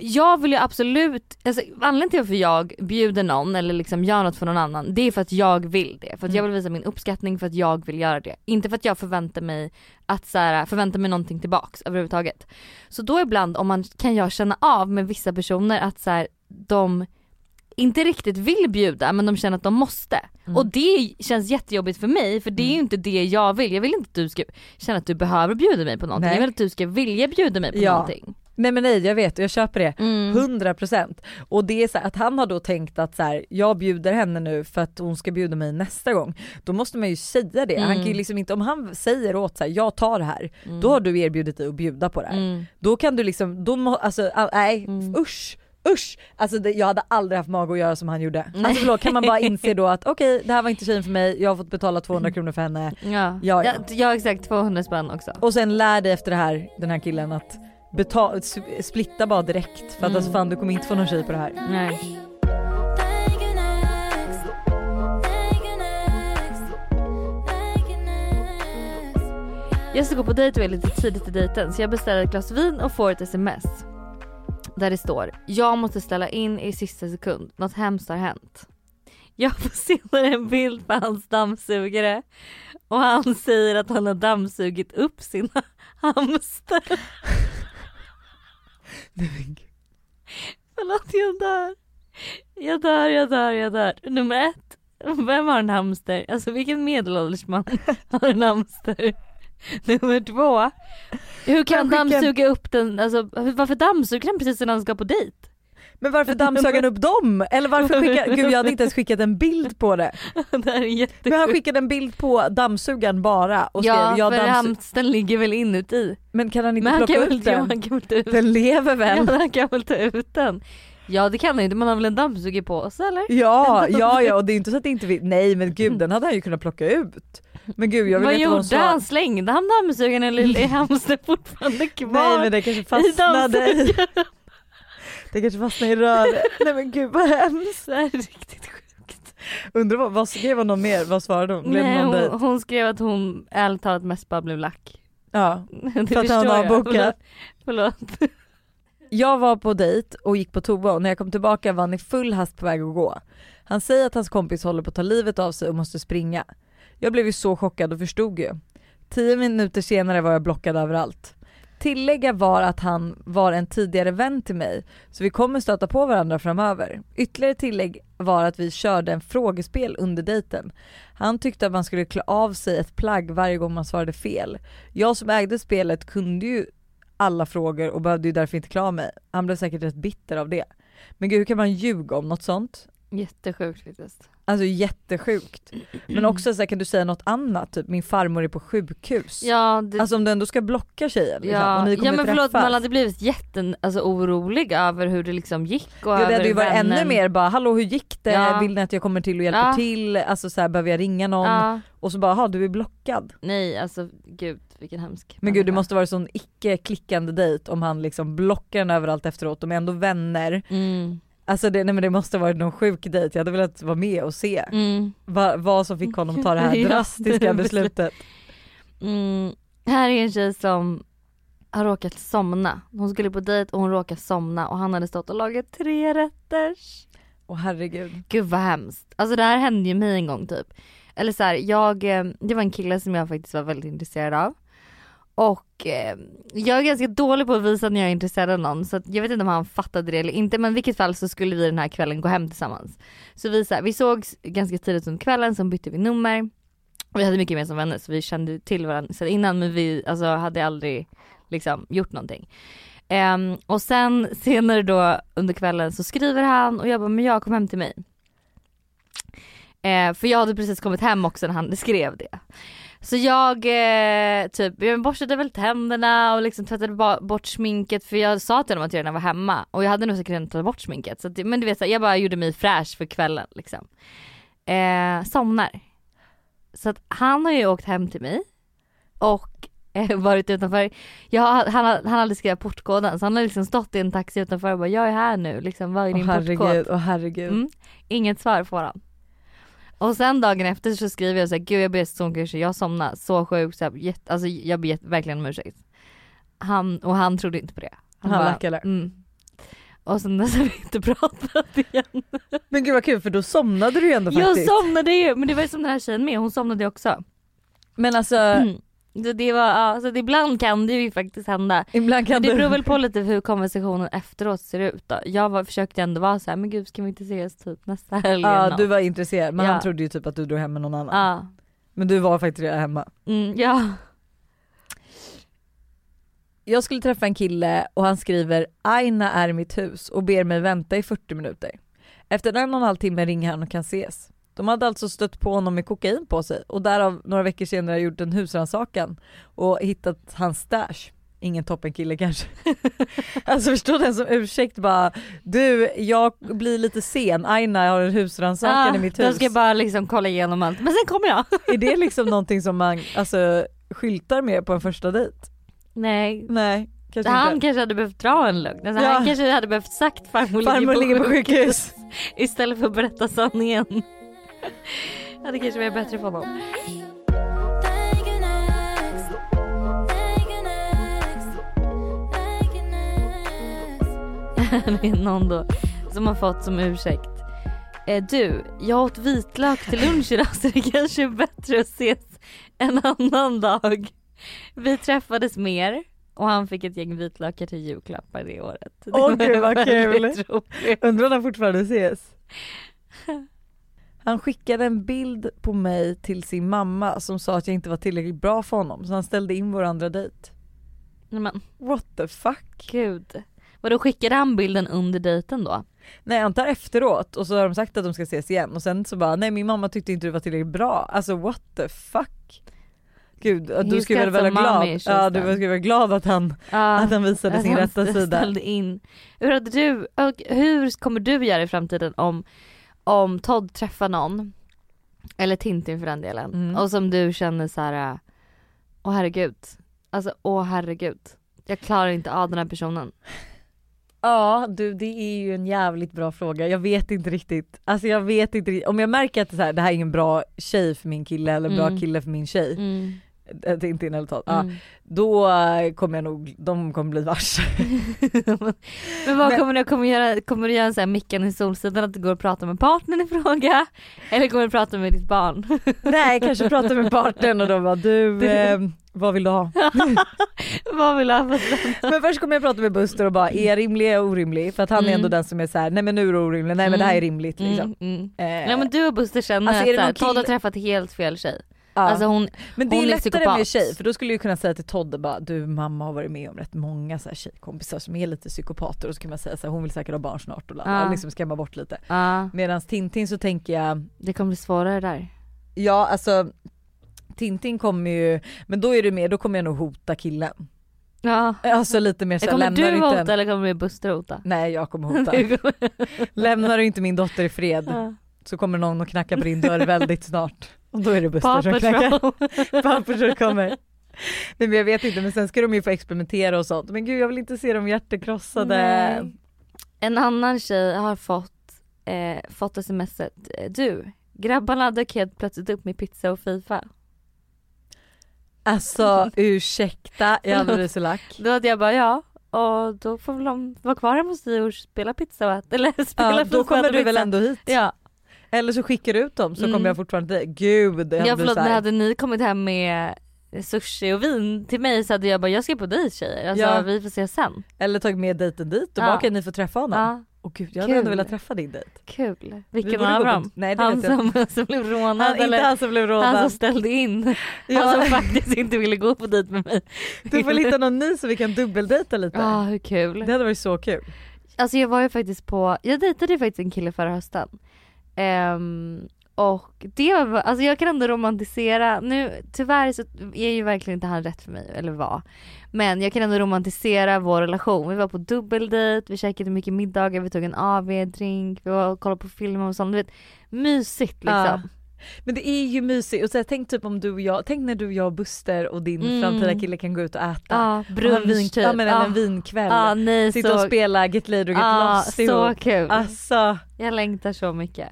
jag vill ju absolut, alltså, anledningen till varför jag bjuder någon eller liksom gör något för någon annan det är för att jag vill det. För att jag vill visa min uppskattning för att jag vill göra det. Inte för att jag förväntar mig att så här, förväntar mig någonting tillbaks överhuvudtaget. Så då ibland om man, kan jag känna av med vissa personer att så här, de inte riktigt vill bjuda men de känner att de måste.
Mm.
Och det känns jättejobbigt för mig för det är ju inte det jag vill. Jag vill inte att du ska känna att du behöver bjuda mig på någonting.
Nej.
Jag vill att du ska vilja bjuda mig på
Ja.
någonting.
nej men nej jag vet och jag köper det.
Mm.
100% och det är så här, att han har då tänkt att så här, jag bjuder henne nu för att hon ska bjuda mig nästa gång. Då måste man ju säga det. Han
Mm.
kan ju liksom inte, om han säger åt så här, jag tar det här,
Mm.
då har du erbjudit dig att bjuda på det här.
Mm.
Då kan du liksom, då må, alltså ah, nej
Mm.
usch, usch! Alltså det, jag hade aldrig haft mag att göra som han gjorde.
Nej.
Alltså förlåt, kan man bara inse då
[LAUGHS]
att okej det här var inte tjejen för mig, jag har fått betala 200 kronor för henne.
Ja.
Ja, ja.
Jag, jag har exakt 200 spänn också.
Och sen lär dig efter det här, den här killen att betala, splitta bara direkt för att
Mm.
alltså fan du kommer inte få någon tjej på det här. [LAUGHS]
Nej. Jag ska gå på dejt och är lite tidigt i dejten så jag beställer ett glas vin och får ett sms. Där det står “Jag måste ställa in i sista sekund, något hemskt har hänt”. Jag får senare en bild på hans dammsugare och han säger att han har dammsugit upp sina [LAUGHS] hamster. Förlåt jag dör. Jag dör, jag dör, jag dör. Nummer ett. Vem har en hamster? Alltså vilken medelålders man [LAUGHS] har en hamster? Nummer två. Hur kan han
Vem skickar-
dammsuga upp den? Alltså hur- varför dammsuger han precis innan han ska på dejt? [LAUGHS]
Men varför dammsög han upp dem? Eller varför skickade, gud jag hade inte ens skickat en bild på det.
det här är jätte...
Men han skickade en bild på dammsugaren bara och skrev
Ja
jag
för
dammsug...
hamsten ligger väl inuti.
Men kan han inte
Men han
plocka
kan, väl,
upp
ja,
den?
han kan väl ta ut den?
Den lever väl?
Ja, [LAUGHS] han kan väl ta ut den. Ja det kan han ju inte, man har väl en dammsugarpåse eller?
Ja, ja, ja och det är inte så att det inte vi... Nej men gud den hade han ju kunnat plocka ut. Men gud jag vill
Vad
inte vad hon
gjorde han?
sa.
Slängde han dammsugaren eller är hamstern fortfarande kvar?
Nej men det kanske fastnade i... Det kanske fastnade i röret. Nej men gud vad hemskt.
Så här, [LAUGHS] riktigt sjukt.
Undrar vad, vad skrev hon någon mer? Vad svarade hon? Blev det
Nej,
någon
hon,
dejt?
hon skrev att hon ärligt talat mest bara blev lack. [LAUGHS]
Ja.
Det
För att han
förstår jag.
avbokar.
Förlåt. förlåt.
Jag var på dejt och gick på toa och när jag kom tillbaka var han i full hast på väg att gå. Han säger att hans kompis håller på att ta livet av sig och måste springa. Jag blev ju så chockad och förstod ju. Tio minuter senare var jag blockad överallt. Tillägga var att han var en tidigare vän till mig så vi kommer stöta på varandra framöver. Ytterligare tillägg var att vi körde en frågespel under dejten. Han tyckte att man skulle klä av sig ett plagg varje gång man svarade fel. Jag som ägde spelet kunde ju alla frågor och behövde ju därför inte klä av mig. Han blev säkert rätt bitter av det. Men gud hur kan man ljuga om något sånt?
Jättesjukt faktiskt.
Alltså jättesjukt. Men också så här, kan du säga något annat? Typ min farmor är på sjukhus.
Ja, det,
Alltså om du ändå ska blocka tjejen liksom, och
ja,
ni kommer
ja men förlåt
träffas.
man hade blivit jätte, alltså, orolig över hur det liksom gick och
Ja,
över
det hade ju varit
vännen.
ännu mer bara hallå hur gick det?
Ja.
Vill ni att jag kommer till och hjälper
Ja.
till? Alltså så här, behöver jag ringa någon?
Ja,
Och så bara ha du är blockad.
nej alltså gud vilken hemsk
Men gud det
människa.
måste vara sån icke klickande dejt om han liksom blockar den överallt efteråt. De är ändå vänner.
mm.
Alltså det, nej, men det måste ha varit någon sjuk dejt. Jag hade velat vara med och se
Mm.
va, vad som fick honom ta
[LAUGHS]
det
Ja,
här
det är
drastiska beslutet.
Mm. Här är en tjej som har råkat somna. Hon skulle på dejt och hon råkade somna och han hade stått och lagat tre rätters.
Åh herregud.
Gud vad hemskt. Alltså det här hände ju mig en gång typ. Eller så här, jag, eh, det var en kille som jag faktiskt var väldigt intresserad av. Och eh, jag är ganska dålig på att visa när jag är intresserad av någon så att jag vet inte om han fattade det eller inte men i vilket fall så skulle vi den här kvällen gå hem tillsammans. Så vi, så här, vi sågs ganska tidigt under kvällen, sen bytte vi nummer. Och vi hade mycket mer som vänner så vi kände till varandra sedan innan men vi alltså, hade aldrig liksom gjort någonting. Ehm, och sen senare då under kvällen så skriver han och jag bara men jag kom hem till mig. Eh, för jag hade precis kommit hem också när han skrev det. Så jag eh, typ, jag borstade väl tänderna och liksom tvättade ba- bort sminket för jag sa till honom att jag redan var hemma och jag hade nog säkert redan tagit bort sminket. Så att, det- men du vet så här, jag bara gjorde mig fräsch för kvällen liksom. Eh, somnar. Så att han har ju åkt hem till mig och eh, [LAUGHS] varit utanför. Jag, har- han, har- han hade skrivit portkoden så han har liksom stått i en taxi utanför och bara jag är här nu liksom, vad är
Åh
din portkod?
herregud, åh herregud.
Mm. Inget svar får han. Och sen dagen efter så skriver jag så här, gud jag ber så mycket jag somnade, så sjukt, så här, jätte, alltså jag ber jätte- verkligen om ursäkt. Han, och han trodde inte på det.
Han
bara,
lackade.
mm. Och sen dess har vi inte [LAUGHS] pratat igen.
Men gud vad kul för då somnade du ju ändå
Jag
faktiskt.
somnade ju, men det var ju som den här tjejen med, hon somnade ju också.
Men alltså
Mm. Så det var, ja, så att ibland kan det ju faktiskt hända.
ibland kan
Men det
du...
beror väl på lite hur konversationen efteråt ser ut då. Jag var, försökte ändå vara så här, men gud ska vi inte ses typ nästa helg? eller
Ja
något?"
du var intresserad men
Ja.
han trodde ju typ att du drog hem med någon annan.
ja.
Men du var faktiskt redan hemma.
Mm, ja.
Jag skulle träffa en kille och han skriver Aina är i mitt hus och ber mig vänta i 40 minuter. Efter en och en halv timme ringer han och kan ses. De hade alltså stött på honom med kokain på sig och därav några veckor senare gjort en husrannsakan och hittat hans stash. Ingen toppenkille kanske. [LAUGHS] alltså förstå den som ursäkt bara du jag blir lite sen, Aina har en husrannsakan i mitt
jag Ah,
hus.
ska bara liksom kolla igenom allt, men sen kommer jag.
Är det liksom någonting som man alltså, skyltar med på en första dejt?
Nej.
[LAUGHS] Nej kanske
Han
inte.
kanske hade behövt dra en lugn, alltså
Ja.
han kanske hade behövt sagt farmor,
Farmor ligger på
sjuk-
sjukhus.
[LAUGHS] istället för att berätta sanningen. [LAUGHS] Ja, det kanske var bättre för honom. [LAUGHS]
Thank you next. Thank you next. Thank you next.
Det är någon då som har fått som ursäkt. Eh, du, jag åt vitlök till lunch idag så det [LAUGHS] kanske är bättre att ses en annan dag. Vi träffades mer och han fick ett gäng vitlökar till julklappar det året. [LAUGHS] Det
Åh,
var
gud, vad
väldigt roligt.
Undrar om han fortfarande ses. Han skickade en bild på mig till sin mamma som sa att jag inte var tillräckligt bra för honom så han ställde in vår andra dejt.
Nej men
What the fuck?
gud. Vadå skickade han bilden under dejten då?
Nej jag antar efteråt och så har de sagt att de ska ses igen och sen så bara nej min mamma tyckte inte du var tillräckligt bra. Alltså what the fuck? Gud du
He's
skulle väl
got some
vara glad.
mommy issues
Ja du
then.
skulle vara glad att han, att han visade sin rätta sida.
Alltså, Ställde in. Hur, hade du, och hur kommer du göra i framtiden om, om Todd träffar någon, eller Tintin för den delen,
Mm.
och som du känner så här, äh, åh herregud, alltså åh herregud, jag klarar inte av den här personen.
Ja du det är ju en jävligt bra fråga, jag vet inte riktigt. Alltså jag vet inte riktigt. om jag märker att det, är så här, det här är ingen bra tjej för min kille eller bra
Mm.
kille för min tjej,
Mm.
mm. inte in eller tal. Ja,
Mm. [LAUGHS]
då eh, kommer jag nog, de kommer bli varse.
Men vad
Men-
kommer du, kommer du göra, kommer du göra en sån här Mickan i Solsidan att du går och pratar med partnern i fråga? Eller kommer du prata med ditt barn?
[LAUGHS] Nej kanske prata med partnern och de bara du, [LAUGHS]
Du-
eh, vad vill du ha?
[LAUGHS] vad vill du ha för
[LAUGHS] Men först kommer jag prata med Buster och bara är jag rimlig och orimlig? För att han är
Mm.
ändå den som är så här: nej men nu är du orimlig, nej men
Mm.
det här är rimligt liksom.
mm, mm.
Eh,
Nej men du och Buster känner
Alltså, är det
att
någon
Todd har
kille-
träffat helt fel tjej. Alltså hon,
Men det är
hon är
lättare
psykopat.
med tjej för då skulle jag kunna säga till Todde bara du mamma har varit med om rätt många så här tjejkompisar som är lite psykopater och så kan man säga så här, hon vill säkert ha barn snart och
Ja.
uh. liksom skrämma bort lite.
ja
Medan Tintin så tänker jag,
det kommer bli svårare där.
ja alltså Tintin kommer ju, men då är du med, då kommer jag nog hota killen.
Ja.
Alltså lite mer såhär,
Kommer
lämnar
du
du inte
hota
en...
eller kommer Buster hota?
Nej jag
[LAUGHS]
kommer hota. lämnar du inte min dotter i fred
Ja.
så kommer någon och knacka på din dörr väldigt snart. Och då är det Buster som
Paw
knackar.
Patrol.
[LAUGHS] Pampers kommer.
[LAUGHS]
Nej men jag vet inte men sen ska de ju få experimentera och sånt. Men gud jag vill inte se dem hjärtekrossade.
Nej. En annan tjej har fått, eh, fått smset, eh, du grabbarna dök helt plötsligt upp med pizza och FIFA. [LAUGHS]
Alltså ursäkta, jag blir så lack.
Då hade jag bara ja, och då får väl de vara kvar hemma hos dig och spela pizza och äta, eller [LAUGHS] spela
Ja,
FIFA
då
och
kommer
äta
du väl
pizza.
ändå hit?
Ja,
Eller så skickar du ut dem så
Mm.
kommer jag fortfarande dit. Gud jag
ja
blir
förlåt
så
men
här.
hade ni kommit hem med sushi och vin till mig så hade jag bara jag ska på dig tjejer, alltså
Ja.
vi får se sen.
Eller tagit med dejten dit och
Ja.
bara okej ni får träffa honom.
Ja,
Åh gud jag hade
Kul.
ändå velat träffa din dejt.
kul.
Vi
Vilken
borde
av
gå på-
dem?
Nej det
Han
vet jag inte.
som, som blev rånad
Han,
eller
inte han som blev rånad.
han som ställde in. Han
ja,
som faktiskt inte ville gå på dejt med mig.
du får hitta någon ny så vi kan dubbeldejta lite.
Ja, Ah, hur kul.
Det hade varit så kul.
Alltså jag var ju faktiskt på, jag dejtade ju faktiskt en kille förra hösten. Ehm, och det var, alltså jag kan ändå romantisera, nu tyvärr så är ju verkligen inte han rätt för mig, eller var. Men jag kan ändå romantisera vår relation. Vi var på dubbeldejt, vi käkade mycket middagar, vi tog en AV-drink, vi var och kollade på filmer och sånt. Du vet, mysigt liksom.
Ja. Men det är ju mysigt och så här, tänk typ om du och jag, tänk när du, jag och Buster och din
Mm.
framtida kille kan gå ut och äta.
Ja,
Och ha en vin,
brunch typ.
Ja men en,
Ja.
en vinkväll.
Ja, nej
Sitta och
så,
spela Get laid och Get
ja,
lost
så
ihop.
kul.
Alltså.
Jag längtar så mycket.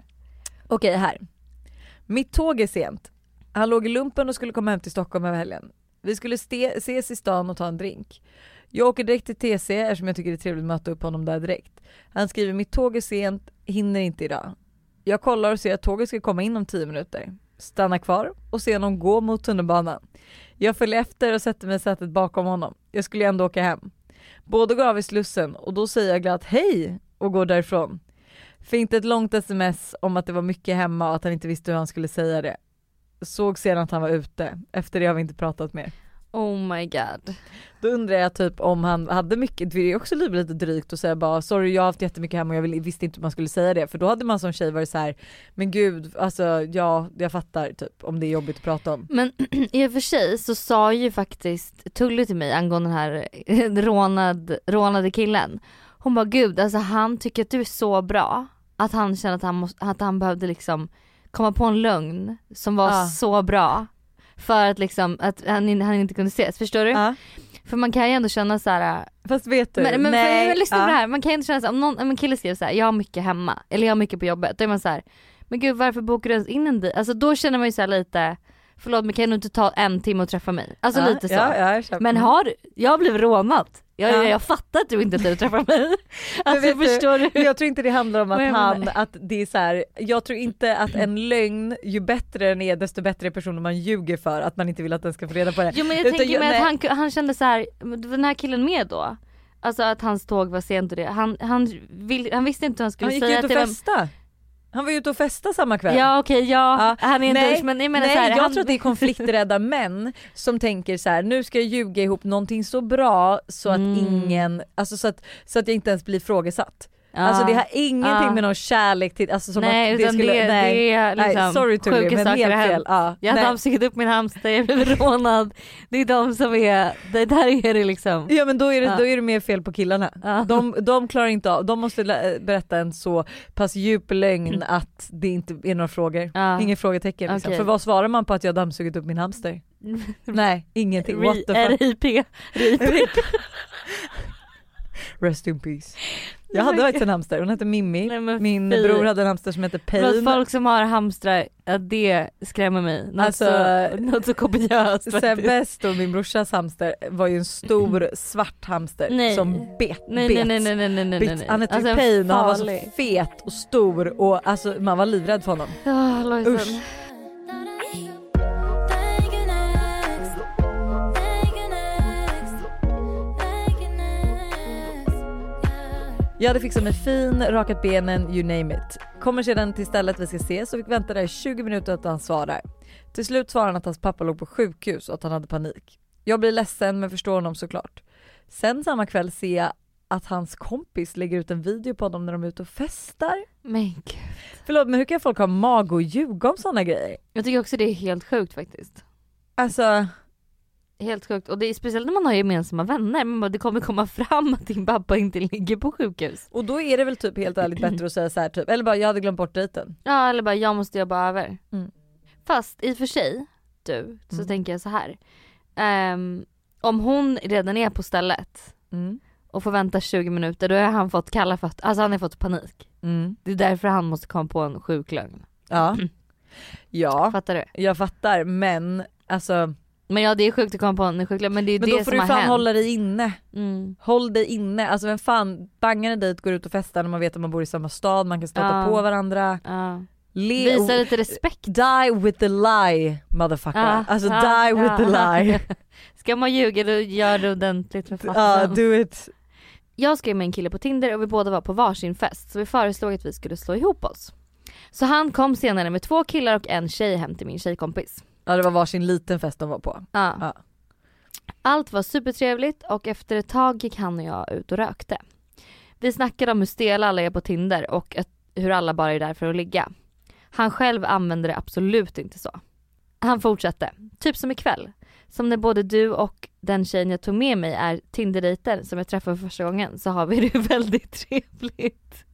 Okej här. Mitt tåg är sent. Han låg i lumpen och skulle komma hem till Stockholm över helgen. Vi skulle ste- ses i stan och ta en drink. Jag åker direkt till TC eftersom jag tycker det är trevligt att möta upp honom där direkt. Han skriver mitt tåg är sent, hinner inte idag. Jag kollar och ser att tåget ska komma in om 10 minuter. Stannar kvar och ser honom gå mot tunnelbanan. Jag följer efter och sätter mig i sätet bakom honom. Jag skulle ju ändå åka hem. Båda går av i Slussen och då säger jag glatt hej och går därifrån. Fick ett långt sms om att det var mycket hemma och att han inte visste hur han skulle säga det. Såg sedan att han var ute. Efter det har vi inte pratat mer.
Oh my god.
Då undrar jag typ om han hade mycket, det är ju också lite drygt att säga bara sorry jag har haft jättemycket hemma och jag vill- visste inte hur man skulle säga det för då hade man som tjej varit så här men gud alltså ja jag fattar typ om det är jobbigt att prata om.
Men [CLEARS THROAT] i och för sig så sa ju faktiskt Tully till mig angående den här [LAUGHS] rånad, rånade killen. Hon bara gud alltså han tycker att du är så bra att han kände att han, måste, att han behövde liksom komma på en lögn som var
Ja.
så bra. För att liksom att han, in- han inte kunde ses, förstår du?
Ja.
För man kan ju ändå känna så här.
Fast vet du?
men, men, för, men lyssna på
Typ. ja.
det här, man kan ju inte känna så här, om någon, om en kille skriver så här, jag har mycket hemma eller jag har mycket på jobbet, då är man så här, men gud varför bokar du ens in en dejt? Alltså då känner man ju så här lite, förlåt men kan du inte ta en timme och träffa mig? Alltså
Ja,
lite så.
Ja, ja, jag köper.
Men har du, jag blev rånad. Jag,
Ja.
jag fattar att du inte vill träffa mig.
[LAUGHS] Men
Alltså
vet du-
förstår du?
Men jag tror inte det handlar om
Vad
att
jag
han,
menar. Mm.
att det är så här, jag tror inte att en lögn, ju bättre den är desto bättre är personen man ljuger för att man inte vill att den ska få reda på det.
Jo men jag
Utan
tänker
jag-
mig
nej.
att han, han kände så här, den här killen med då, alltså att hans tåg var sent och det, han, han, vill, han visste inte hur han skulle
Han gick
säga
ut och
till vem-
festade. Han var ju ute och festade samma kväll.
Ja okej ja, han är en
Nej,
douche men jag menar
Nej
så här,
jag
han,
tror att det
[LAUGHS]
är konflikträdda män som tänker så här: nu ska jag ljuga ihop någonting så bra så att
Mm.
ingen, alltså så att, så att jag inte ens blir frågesatt.
Ja.
Alltså det har ingenting
Ja.
med någon kärlek till, alltså som
Ah. nej
att det
utan
skulle,
det,
nej.
det är liksom
nej sorry Tully
sjuka
men
saker
helt
har
fel.
hänt.
Ja,
Jag hade
nej.
avstyckat upp min hamster, jag blev rånad. Det är de som är, det där är det liksom.
Ja men då är det,
Ja.
då är det mer fel på killarna.
Ja. [LAUGHS]
De, de klarar inte av, de måste lä- berätta en så pass djup lögn att det inte är några frågor.
Mm. Ja.
Inget frågetecken liksom.
Okej.
För vad svarar man på att jag dammsugit upp
[LAUGHS]
min hamster? Nej ingenting, what the fuck.
RIP. RIP.
[LAUGHS] Rest in peace. Jag hade faktiskt en hamster, hon hette Mimmi.
Nej, men
Min
fy.
bror hade en hamster som hette
För
Pain.
folk som har hamstrar, ja, det skrämmer mig. Något,
Alltså,
så, något så kopiöst faktiskt.
Sebbes och min brorsas hamster var ju
[CLEARS THROAT]
en stor svart hamster
Nej.
som bet.
Nej
bet.
nej nej nej nej nej nej.
bet.
nej.
Han hette
Alltså,
ju
en
Pain och han var så
farlig.
fet och stor och alltså, man var livrädd för honom.
Ah, Lojsan.
Usch.
Thank you next. Thank you next. Thank you next. Yeah.
Jag hade fixat mig fin, rakat benen, you name it. Kommer sedan till stället vi ska ses och fick vänta där i 20 minuter att han svarar. Till slut svarar han att hans pappa låg på sjukhus och att han hade panik. Jag blir ledsen men förstår honom såklart. Sen samma kväll ser jag att hans kompis lägger ut en video på honom när de är ute och festar.
Men gud.
Förlåt men hur kan folk ha mag och ljuga om sådana grejer?
Jag tycker också det är helt sjukt faktiskt.
Alltså
Helt sjukt. Och det är speciellt när man har gemensamma vänner. Man bara, det kommer komma fram att din pappa inte ligger på sjukhus.
och då är det väl typ helt ärligt bättre att säga så här typ, eller bara jag hade glömt bort dejten.
Ja eller bara jag måste jobba över.
Mm.
Fast i och för sig du, så
Mm.
tänker jag så här. Ehm, om hon redan är på stället
Mm.
och får vänta 20 minuter då har han fått kalla fötter, alltså han har fått panik.
Mm.
Det är därför han måste komma på en sjuklögn.
Ja. Ja,
Fattar du?
jag fattar men alltså
Men ja det är sjukt att komma på en sjuklögn men det är
men
det
då får
som
du
har
fan
hänt.
hålla dig inne.
Mm.
Håll dig inne, alltså vem fan bangar en dejt, går ut och festar när man vet att man bor i samma stad, man kan stöta
Ja.
på varandra.
Ja.
Le- oh,
Visa lite respekt.
Die with the lie motherfucker.
Ja,
alltså
ja,
die with
ja. [LAUGHS]
the lie.
Ska man ljuga då gör det ordentligt för
Ja,
fasen.
do it.
Jag skrev med en kille på Tinder och vi båda var på varsin fest så vi föreslog att vi skulle slå ihop oss. Så han kom senare med två killar och en tjej hem till min tjejkompis.
Ja det var varsin liten fest de var på.
Ja.
Ja.
liksom. Allt var supertrevligt och efter ett tag gick han och jag ut och rökte. Vi snackade om hur stela alla är på Tinder och att, hur alla bara är där för att ligga. Han själv använde det absolut inte så. Han fortsatte, typ som ikväll. Som när både du och den tjejen jag tog med mig är Tinder-dejter som jag träffade för första gången så har vi det [LAUGHS] väldigt trevligt.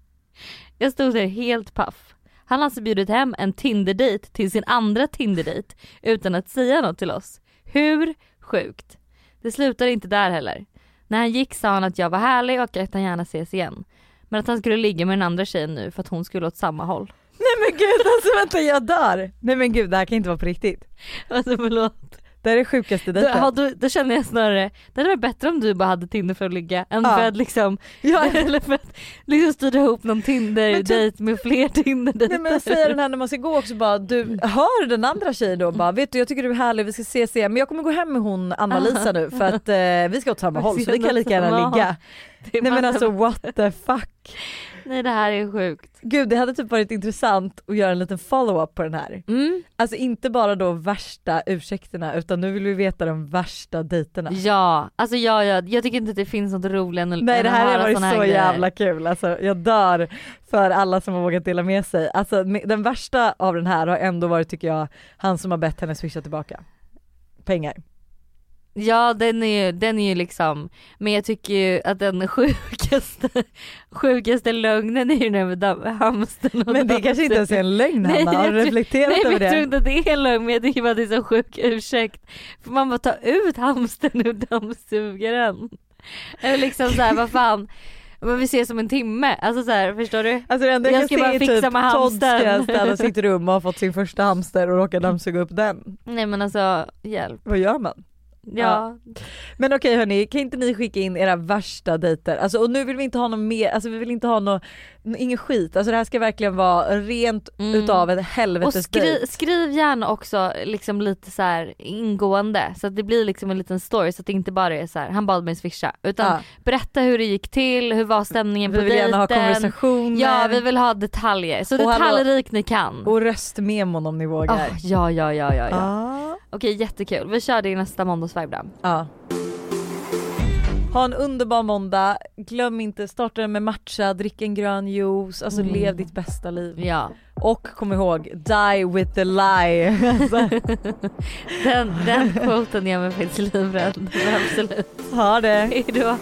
Jag stod där helt paff. Han har alltså bjudit hem en Tinder-dejt till sin andra Tinder-dejt utan att säga något till oss. Hur sjukt? Det slutade inte där heller. När han gick sa han att jag var härlig och att han gärna ses igen. Men att han skulle ligga med den andra tjejen nu för att hon skulle åt samma håll.
Nej men gud alltså vänta jag dör. Nej men gud det här kan inte vara på riktigt.
Alltså förlåt.
Det här är sjukaste
Då,
dejten.
ja, då, då känner jag snarare, det hade varit bättre om du bara hade Tinder för att ligga än
Ja.
för att
[LAUGHS]
liksom, eller för att liksom styra ihop någon
Men typ-
Tinder-dejt med fler
Nej
Tinder-dejter.
men säger den här när man ska gå också bara du hör den andra tjejen då bara vet du jag tycker du är härlig vi ska ses igen men jag kommer gå hem med hon Anna-Lisa nu för att eh, vi ska åt samma håll så vi kan lika gärna ligga.
Det är
Nej men
bara-
alltså what the fuck.
Nej det här är sjukt.
Gud det hade typ varit intressant att göra en liten follow-up på den här.
Mm.
Alltså inte bara då värsta ursäkterna utan nu vill vi veta de värsta dejterna.
Ja, alltså ja, ja, jag tycker inte att det finns något roligare än att
Nej
än
det
att
här
höra
har varit så
såna här grejer.
jävla kul alltså. Jag dör för alla som har vågat dela med sig. Alltså me- den värsta av den här har ändå varit tycker jag han som har bett henne swisha tillbaka pengar.
Ja den är, ju- den är ju liksom, men jag tycker ju att den sjukaste, [LAUGHS] sjukaste lögnen är ju den med dam- hamstern och
Men det kanske inte ens är en lögn
Nej,
Hanna, har
jag
du
tror-
reflekterat
Nej men
över
jag tror
det?
inte att det är en lögn men jag tycker bara att det är så sjuk ursäkt. Får man bara ta ut hamstern ur dammsugaren? Eller liksom såhär vad fan, men vi ses om en timme, alltså såhär förstår du?
Alltså det enda jag,
Jag
kan
ska
se
bara
är
fixa
typ
med
Todd ska
hamstern.
städa
[LAUGHS]
sitt rum och har fått sin första hamster och råkar dammsuga upp den.
Nej men alltså hjälp.
Vad gör man?
Ja.
Men okej hörni, kan inte ni skicka in era värsta dejter? Alltså, och nu vill vi inte ha någon mer, alltså vi vill inte ha någon, ingen skit. Alltså det här ska verkligen vara rent
Mm.
utav ett
Och
helvetes
skri,
dejt.
skriv gärna också liksom lite så här ingående så att det blir liksom en liten story så att det inte bara är så här han bad mig swisha utan
Ja,
berätta hur det gick till, hur var stämningen
vi
på
vill gärna ha
dejten.
konversationer
Ja vi vill ha detaljer, så
Och hallå-
detaljrik ni kan.
och röstmemon om ni
Ah,
vågar.
ja, ja, ja, ja, ja.
Ja.
Okej, jättekul. Vi kör det i nästa måndagsvibe då.
Ja. Ha en underbar måndag, glöm inte starta den med matcha, drick en grön juice, alltså
Mm.
lev ditt bästa liv.
Ja.
Och kom ihåg, die with the lie. [LAUGHS] Alltså, [LAUGHS]
Den, den quoten gör mig faktiskt livrädd. Men Absolut.
ha det!
Hejdå.